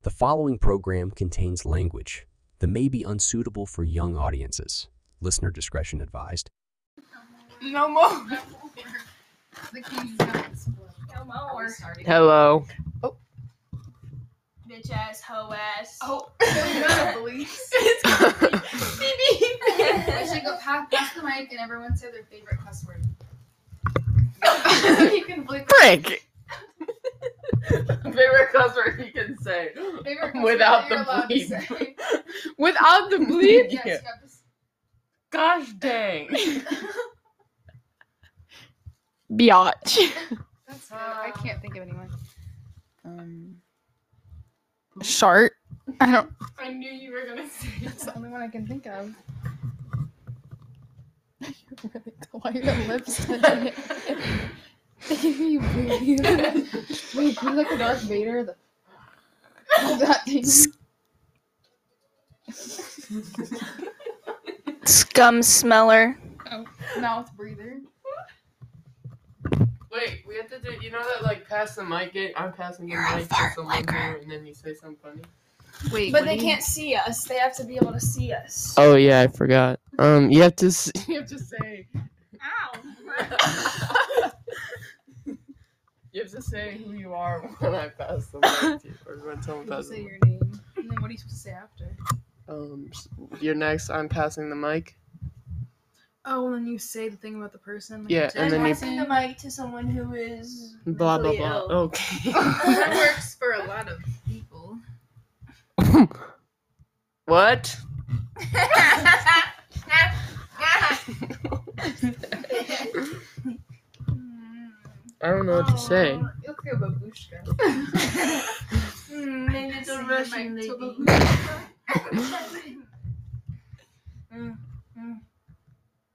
The following program contains language that may be unsuitable for young audiences. Listener discretion advised. No more. The king's gonna explode. No more. Hello. Bitch ass, hoe ass. Oh, they're gonna bleed. We should go pa- pass the mic and everyone say their favorite cuss word. you can bleep it. Brick. favorite cuss word you can say favorite cuss Without word the that you're allowed to say. bleep. without the bleep. yes, you have to s- Gosh dang. Biatch. That's good. I can't think of anyone. Um, shart. I don't. I knew you were gonna say That's the only one I can think of. Why are your lips? you bleed. Wait, you like a Darth Vader? The- that thing. Scum smeller. Mouth breather. Wait, we have to do. You know that like pass the mic. It. I'm passing the You're a mic to fart someone licker. here, and then you say something funny. But they can't see us. They have to be able to see us. Oh yeah, I forgot. Um, you have to. S- you have to say. Ow. You have to say who you are when I pass the mic to you, or when someone passes. Say the mic. your name. And then what are you supposed to say after? Um, s- you're next. I'm passing the mic. Oh, and then you say the thing about the person. Yeah, say And And then I'm the you- passing the person. mic to someone who is Blah blah mentally blah. ill. Okay. that works for a lot of people. what? I don't know what to say. Aw. You look like a babushka. Hmm, maybe it's a Singing Russian lady. like to Mm, mm.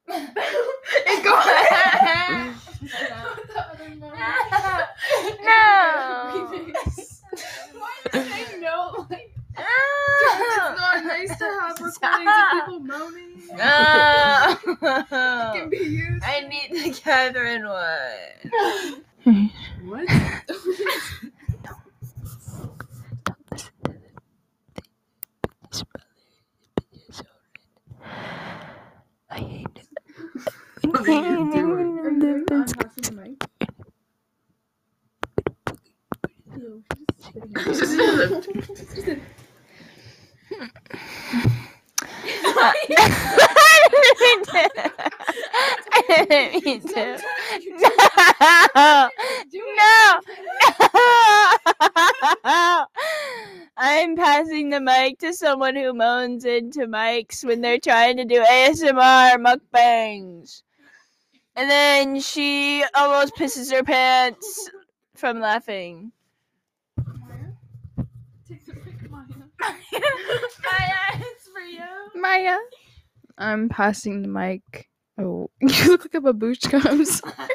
It goes- No. Remix. Why do they know? Like, it's not nice to have recordings of people moaning. It can I be used. need the Catherine one. What? I hate it. What are you doing? Are you on passing the mic? Ew, she's spitting out. I didn't mean to. No. No. I'm passing the mic to someone who moans into mics when they're trying to do ASMR mukbangs. And then she almost pisses her pants from laughing. Maya? Take the mic, Maya. Maya. I'm passing the mic. Oh, you look like a babushka. I'm sorry.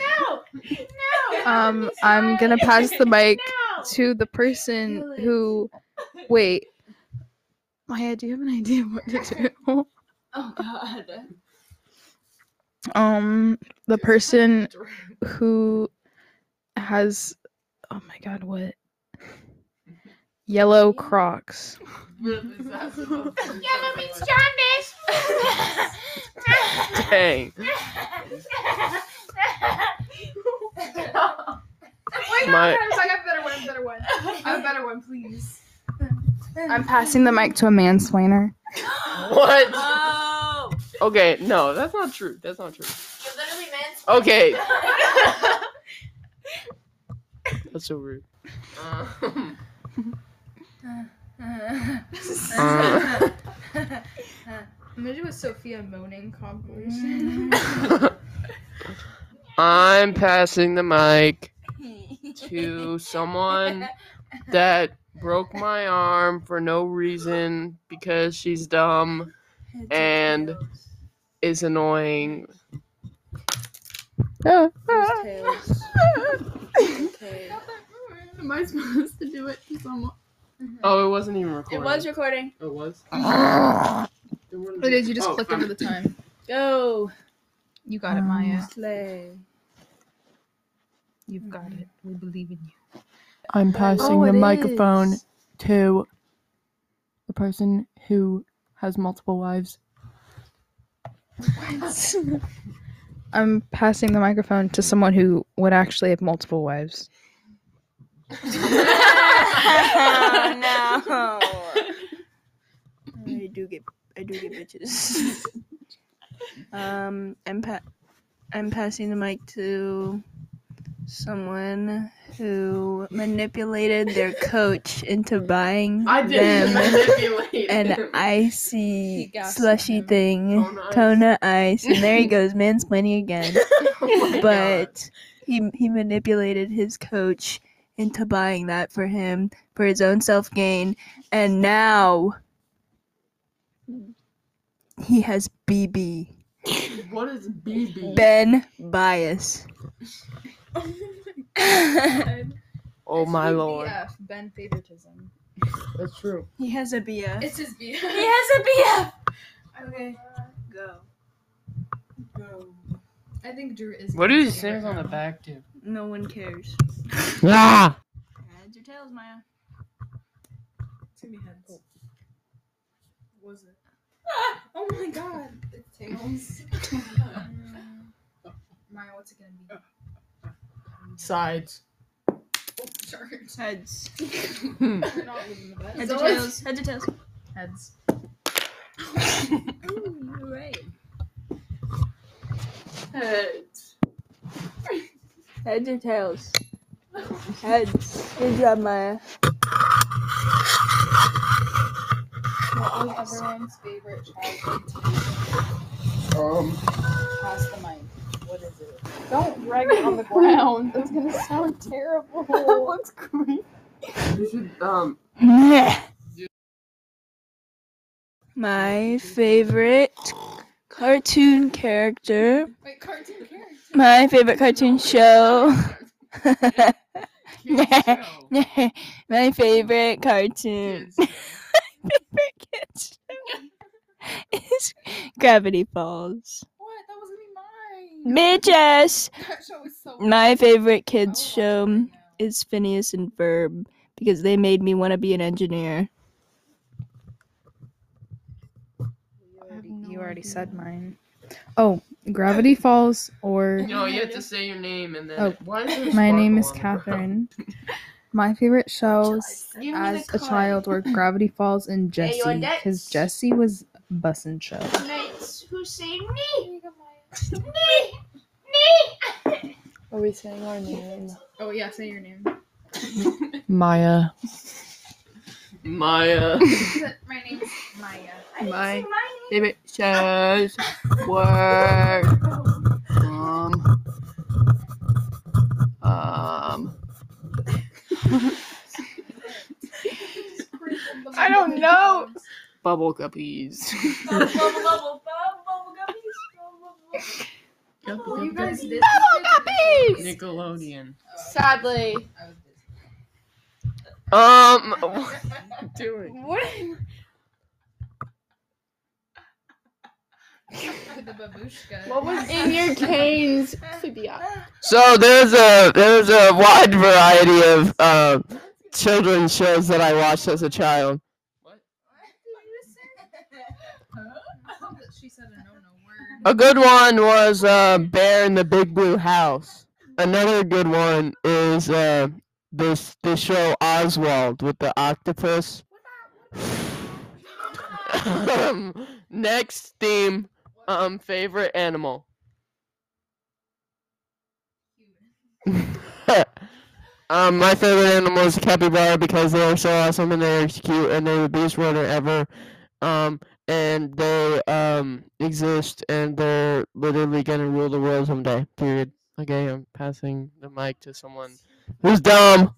no. Um, I'm gonna pass the mic to the person who. Wait. Maya, do you have an idea what to do? Oh God. Um, the person who has. Oh my god, what? Yellow Crocs. jaundice. Dang. Wait, My- no, no, no, Oh I got a better one, I got a better one. I have a better one, please. I'm passing the mic to a mansplainer. What? Oh! Okay, no, that's not true. That's not true. You're literally meant. Okay, that's so rude. Um, uh, I'm gonna do a Sophia moaning compilation. I'm passing the mic to someone that broke my arm for no reason because she's dumb and is annoying. Am I supposed to do it to someone? Oh, it wasn't even recording. It was recording. Oh, It was. Then what Or did you just Oh, click fine. over the time? Go. You got it, Um, Maya. Slay. Mm-hmm. You've got it. We believe in you. I'm passing Oh, the it microphone is. to the person who has multiple wives. I'm passing the microphone to someone who would actually have multiple wives. no. I do get I do get bitches. um I'm pa- I'm passing the mic to someone who manipulated their coach into buying I did them manipulate an him. He icy gassed slushy him. thing. Kona ice. Kona ice. And there he goes, mansplaining again. Oh my God. but he he manipulated his coach into buying that for him for his own self gain, and now he has BB what is BB? Ben Bias. Oh my lord. Ben favoritism. That's true. He has a BF. It's his BF. has a BF. Okay, Go. go. I think Drew is. What do these things on the back do? No one cares. Ah! Heads or tails, Maya. It's gonna be heads. Oh. Was it? oh my god, it tingles. Mm. Maya, what's it gonna be? Sides. Oh, sorry. Heads. You're not leaving the bed. Heads or tails. Heads or tails. Heads. Ooh, right. Heads. Heads or tails. Heads. Good job, Maya. What was everyone's favorite childhood TV? Um. Pass the mic. What is it? Don't wreck it on the ground. That's gonna sound terrible. looks great. You should. Um. My favorite cartoon character. Wait, cartoon character. My favorite cartoon show. My favorite cartoon. Kids. favorite kids show is Gravity Falls. What? That wasn't even mine. Bitch ass. That show was so. My favorite I would kids watch show that now. is Phineas and Ferb because they made me want to be an engineer. You already said mine. Oh, Gravity Falls or No, you have to say your name and then. Oh, Why is there a My Name is sparkle on the ground? Catherine. My favorite shows as a child were Gravity Falls and Jesse because Jesse was a bussin' show. who say me? Are we saying our name? Oh yeah, say your name. Maya. Maya. My name is Maya. My my favorite shows were um um I don't know. bubble guppies. Bubble, bubble, bubble, bubble, guppies. You guys did Nickelodeon. Sadly. Um. What are you doing? What? the babushka. What was in your Canes Fibia. So there's a there's a wide variety of uh, children's shows that I watched as a child. She said a no-no word. A good one was uh, Bear in the Big Blue House. Another good one is uh, this this show Oswald with the octopus. Next theme, um, favorite animal. um, my favorite animal is capybara because they are so awesome and they are cute and they're the best runner ever. Um, and they um exist and they're literally gonna rule the world someday. Period. Okay, I'm passing the mic to someone who's dumb.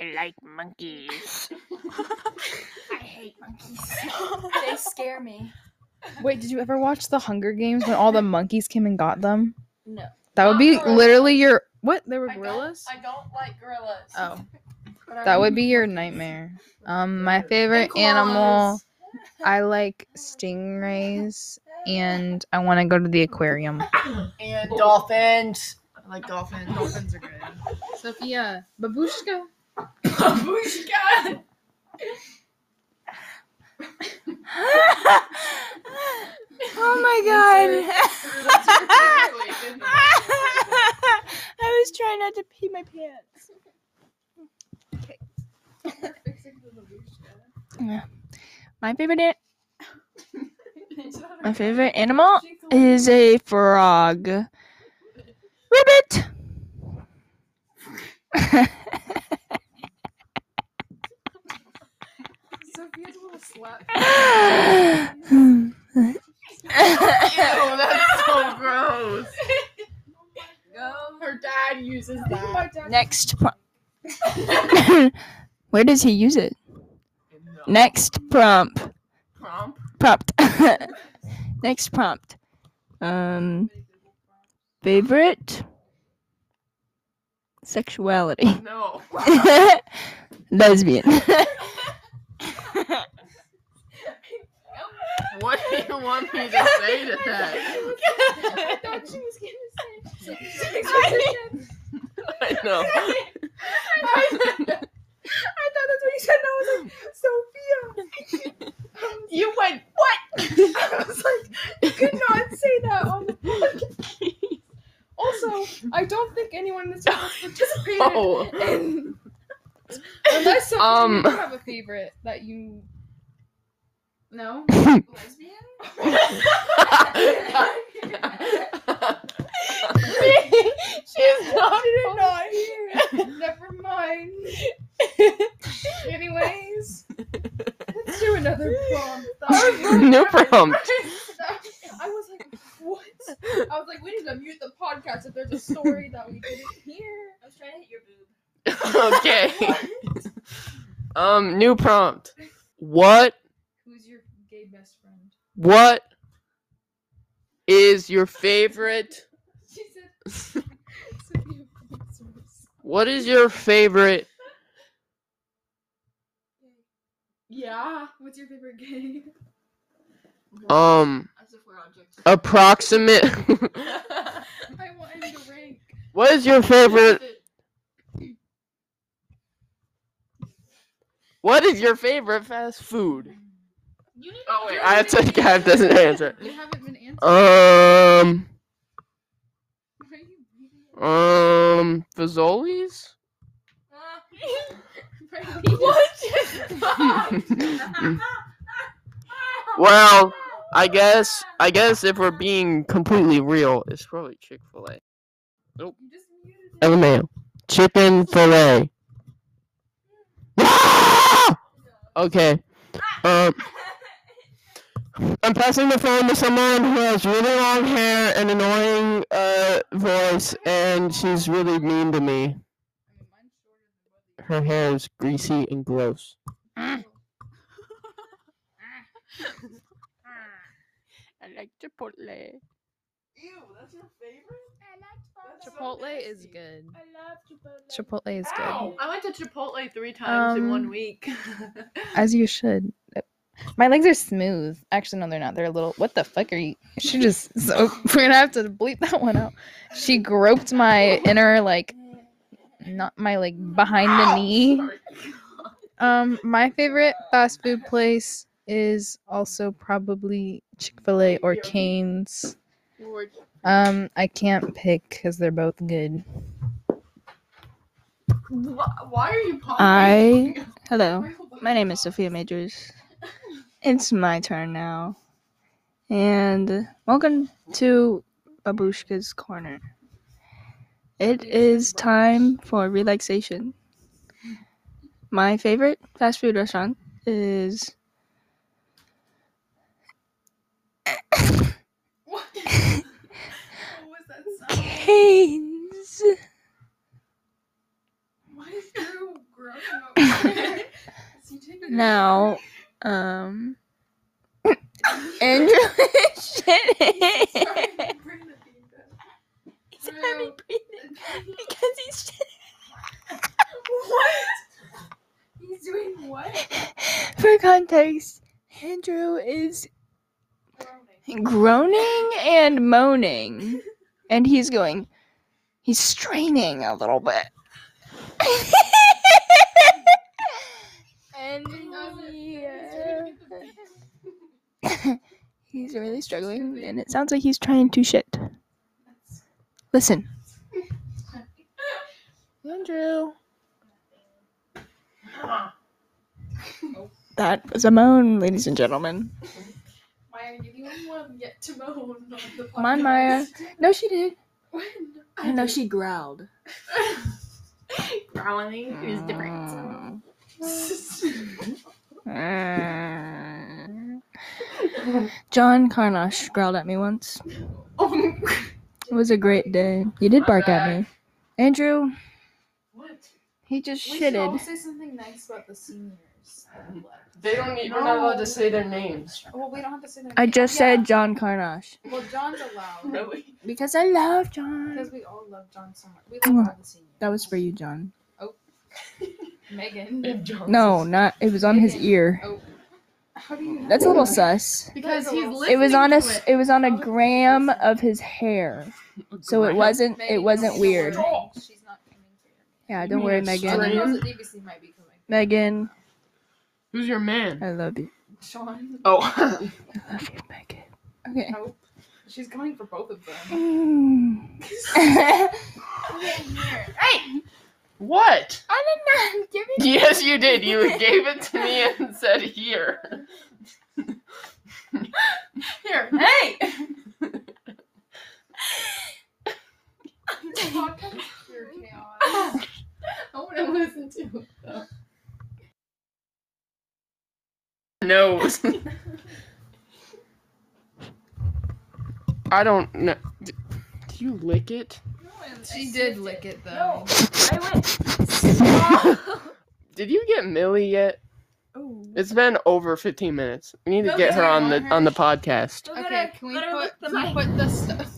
I like monkeys. They scare me. Wait, did you ever watch The Hunger Games when all the monkeys came and got them? No. That would be Not gorillas. literally your what? There were I don't- gorillas? I don't like gorillas. Oh, But I that would be your nightmare. Um, my favorite animal. I like stingrays, and I want to go to the aquarium. And Dolphins. I like dolphins. dolphins are good. Sophia, babushka. Babushka. oh my god. I was trying not to pee my pants. Yeah. My favorite an- my favorite animal is a frog. Ribbit. Sophia's little slap. Oh, that's so gross. Her dad uses that. Next prompt. Where does he use it? Next prompt. Prompt? Prompt. Next prompt. Um, favorite sexuality. No. Lesbian. What do you want me to say to that? I thought she was gonna say. I know. I thought that's what you said, and I was like, Sophia. you went, what? I was like, you could not say that on the podcast. Also, I don't think anyone in this room has participated. Oh. in- unless Sophia, Um. you have a favorite that you. No? Lesbian? She's not. I did not hear it. Never mind. Anyways, let's do another prompt. That was- New prompt. I was like, what? I was like, we need to mute the podcast if there's a story that we didn't hear. I was trying to hit your boob. okay. um, new prompt. What Who's your gay best friend? what is your favorite She said. Sophia Francis. what is your favorite yeah. What's your favorite gay? um As if we're objects. approximate I want him to rank. what is your favorite what is your favorite fast food? Oh, wait. I have to Gav doesn't answer. You haven't been answered. Uh. Um Why are you reading it? um Fazoli's? Uh. well, I guess I guess if we're being completely real, it's probably Chick Fil A. Nope. LMAO. Chicken fillet. okay. Um. I'm passing the phone to someone who has really long hair and annoying uh voice, and she's really mean to me. Her hair is greasy and gross. I like Chipotle. Ew, that's your favorite? Chipotle is good. I love Chipotle. Chipotle is good. I went to Chipotle three times in one Um, week. As you should. My legs are smooth. Actually, no, they're not. They're a little. What the fuck are you? She just. So we're gonna have to bleep that one out. She groped my inner like, not my like behind the knee. Um, my favorite fast food place is also probably Chick Fil A or Canes. Um, I can't pick because they're both good. Wh- Why are you popping? I hello. My name is Sophia Majors. It's my turn now. And welcome to Babushka's Corner. It is time for relaxation. My favorite fast food restaurant is What? what was that sound? Canes. Why is Drew grossing up? Is he taking a Now, um, Andrew is shit? Sorry, shitting. my brain is being dead. He's having breathing because he's What? He's doing what? shitting. For context, Andrew is groaning and moaning, and he's going. He's straining a little bit. and he, uh, he's really struggling, and it sounds like he's trying to shit. Listen. Andrew. That was a moan, ladies and gentlemen. Maya, you're the only one yet to moan on the podcast. Come on, Maya. No, she did. When? I know she growled. Growling is Mm. different. John Carnosh growled at me once. Oh It was a great day. You did bark at me. Andrew, What? he just We should all shitted. say something nice about the seniors. Mm-hmm. that left. They don't need. We're not allowed to say their names. Well, we don't have to say their I name. just Yeah, said John Carnosh. Well, John's allowed. Really? Because I love John. Because we all love John so much. We love all the seniors. Mm. That was for you, John. Megan. If John No, says- not. It was on his ear. How do you know? That's a little sus. Because he's listening It was on to a. it. It was on a gram of his hair, so it wasn't. It Megan, wasn't don't weird. worry. She's not coming here. Yeah, You don't mean worry, it's Megan. straight? Everyone knows that DBC might be coming. Megan, Who's your man? I love you. Sean. Oh. I love you, Megan. Okay. Nope. She's coming for both of them. what? I did not give it. Yes, you did. You gave it to me and said here. Here. Hey! This podcast is pure chaos. I want to listen to it. No. I don't know. Did you lick it? She did lick it though. No. I went. Did you get Millie yet? It's been over 15 minutes. We need to Go get get her her, on the want her. on the podcast. Go Okay, get her- can we let her put lick the can we mic. put the stuff?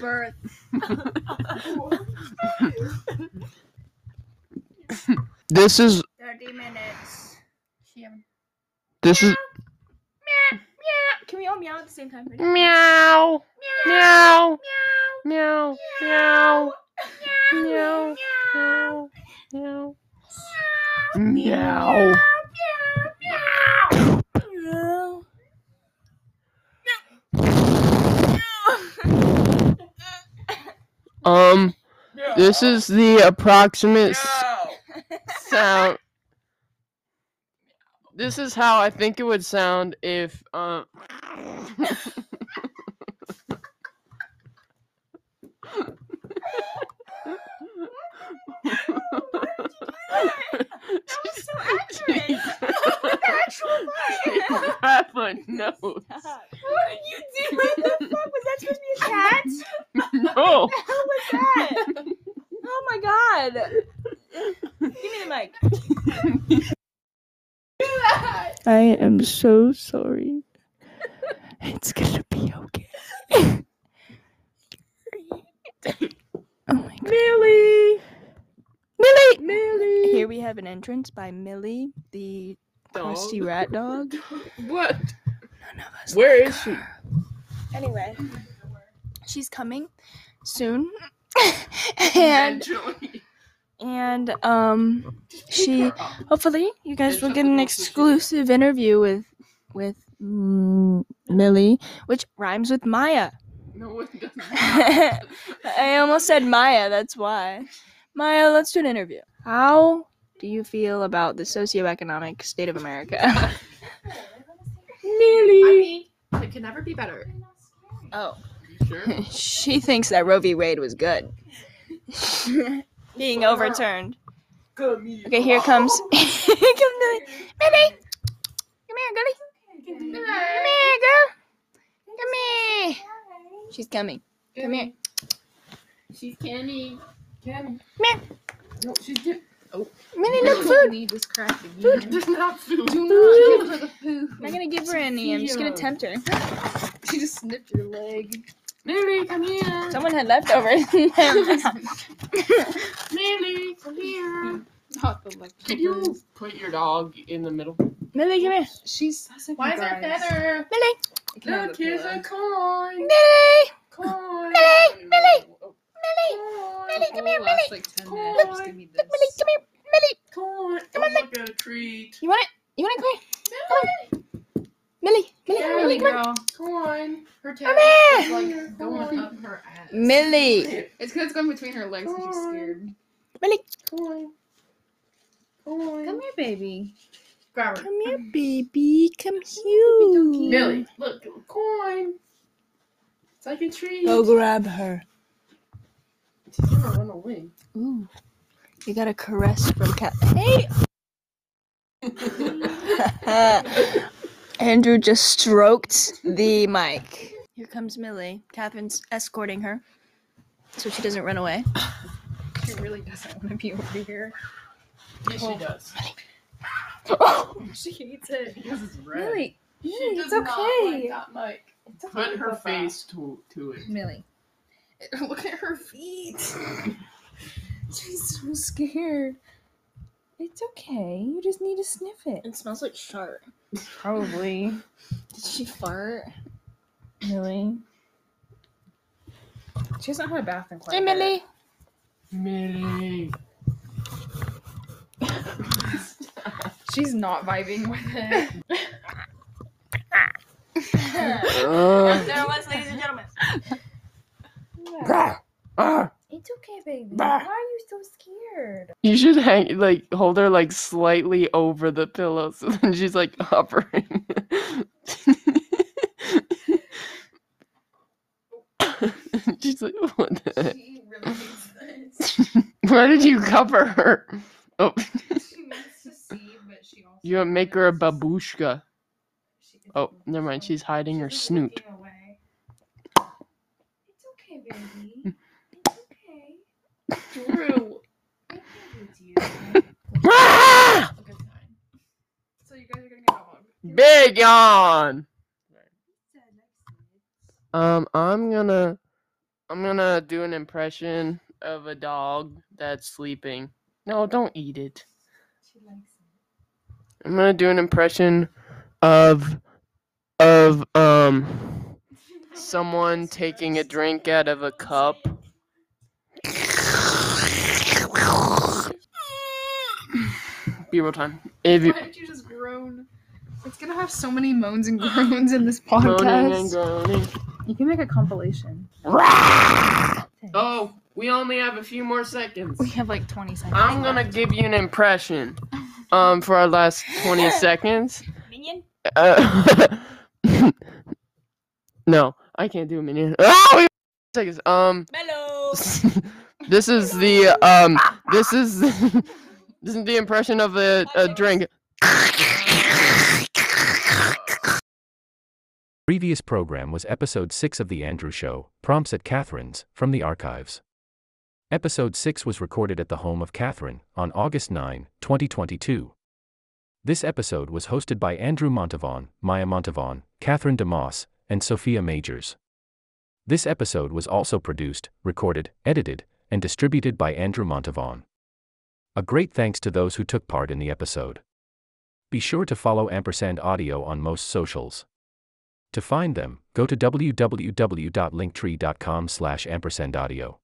Birth. This is 30 minutes. this is Meow. Meow. Can we all meow at the same time? Ready? Meow. Meow. Meow. Meow. Meow. Meow. Meow. Meow. Um, this is the approximate s- sound. This is how I think it would sound if uh, Grab a nose. What did you do? What the fuck? Was that supposed to be a cat? No. What was that? Oh my god. Give me the mic. I am so sorry. It's gonna be okay. oh my god. Millie! Millie! Here we have an entrance by Millie, the crusty rat dog. What? None of us Where is she? Anyway, she's coming soon. and Eventually. and um she hopefully you guys There's will get something else we an should- exclusive interview with with mm, Millie, which rhymes with Maya. No, it doesn't. I almost said Maya, that's why. Maya, let's do an interview. How do you feel about the socioeconomic state of America? I Millie. mean, it can never be better. Oh. You sure? she thinks that Roe v. Wade was good. Being overturned. Okay, here comes. here comes Millie. Millie, come here, girlie. Come here, girl. Come here. She's coming. Come here. She's candy. No, she's di- Millie, look food. Need this crap Food is not food. Do not give her the I'm not gonna give her any. I'm just gonna Cute. tempt her. She just snipped your leg. Millie, come here. Someone had leftovers. in their mouth. Millie, come here. Not the leg. Can you put your dog in the middle? Millie, come here. She's such a Why is there feather? Millie. Look, here's a coin. Millie. Coin. Millie. Millie. Millie. Millie, come here, Millie. Like 10 Cool. minutes. Just give me Look, Millie, this. come here. Millie. Coin. Come on, Oh, look at a treat. You want it? You want it? Come here. Millie. Millie. Yeah, Millie, come here. girl. Coin. Her Come tail is here. like going up her ass. Millie. It's because it's going between her legs and she's Cool. scared. Millie. Coin. Coin. Come here, baby. Grab her. Come here, baby. Come Mm. here. Millie, look, coin. It's like a treat. Go grab her. She's gonna run away. Ooh. You got a caress from Cat. Hey! Andrew just stroked the mic. Here comes Millie. Catherine's escorting her so she doesn't run away. She really doesn't want to be over here. Yes, Oh. she does. She hates it. Because it's red. Millie, She Millie, does it's not okay. Like that mic. Put her face to to it. Millie. Look at her feet. She's so scared. It's okay. You just need to sniff it. It smells like shark. Probably. Did she fart? Millie. She hasn't had a bath in quite Hey, a bit. Millie. Millie. She's not vibing with it. There was, ladies and gentlemen. It's okay, baby. Bah. Why are you so scared? You should hang like hold her like slightly over the pillow so then she's like hovering. she's like, what the heck? She really hates this. Why did you cover her? Oh, She wants to see, but she also. you wanna make her a doesn't. babushka. She can- Oh, never mind. She's hiding her She's snoot. looking away. It's okay, baby. It's okay. Drew. I can with you. That's Ah! a good sign. So you guys are gonna get a hug. Big yawn. Said next to Um, I'm gonna, I'm gonna do an impression of a dog that's sleeping. No, don't eat it. She likes I'm gonna do an impression of, of um, someone taking a drink out of a cup. Be real time. If it. you Why did you just groan? It's gonna have so many moans and groans in this podcast. moaning and groaning. You can make a compilation. Oh, we only have a few more seconds. We have like 20 seconds. I'm gonna give you an impression, um, for our last 20 seconds. Minion? Uh, no, I can't do a minion. Oh, we seconds. Um, Mellow. this is the um, this is this is the impression of a, a drink. Previous program was episode 6 of The Andrew Show, Prompts at Catherine's, from the archives. Episode 6 was recorded at the home of Catherine on August 9, 2022. This episode was hosted by Andrew Montavon, Maya Montavon, Catherine DeMoss, and Sophia Majors. This episode was also produced, recorded, edited, and distributed by Andrew Montavon. A great thanks to those who took part in the episode. Be sure to follow Ampersand Audio on most socials. To find them, go to www.linktree.com slash ampersand audio.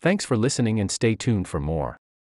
Thanks for listening and stay tuned for more.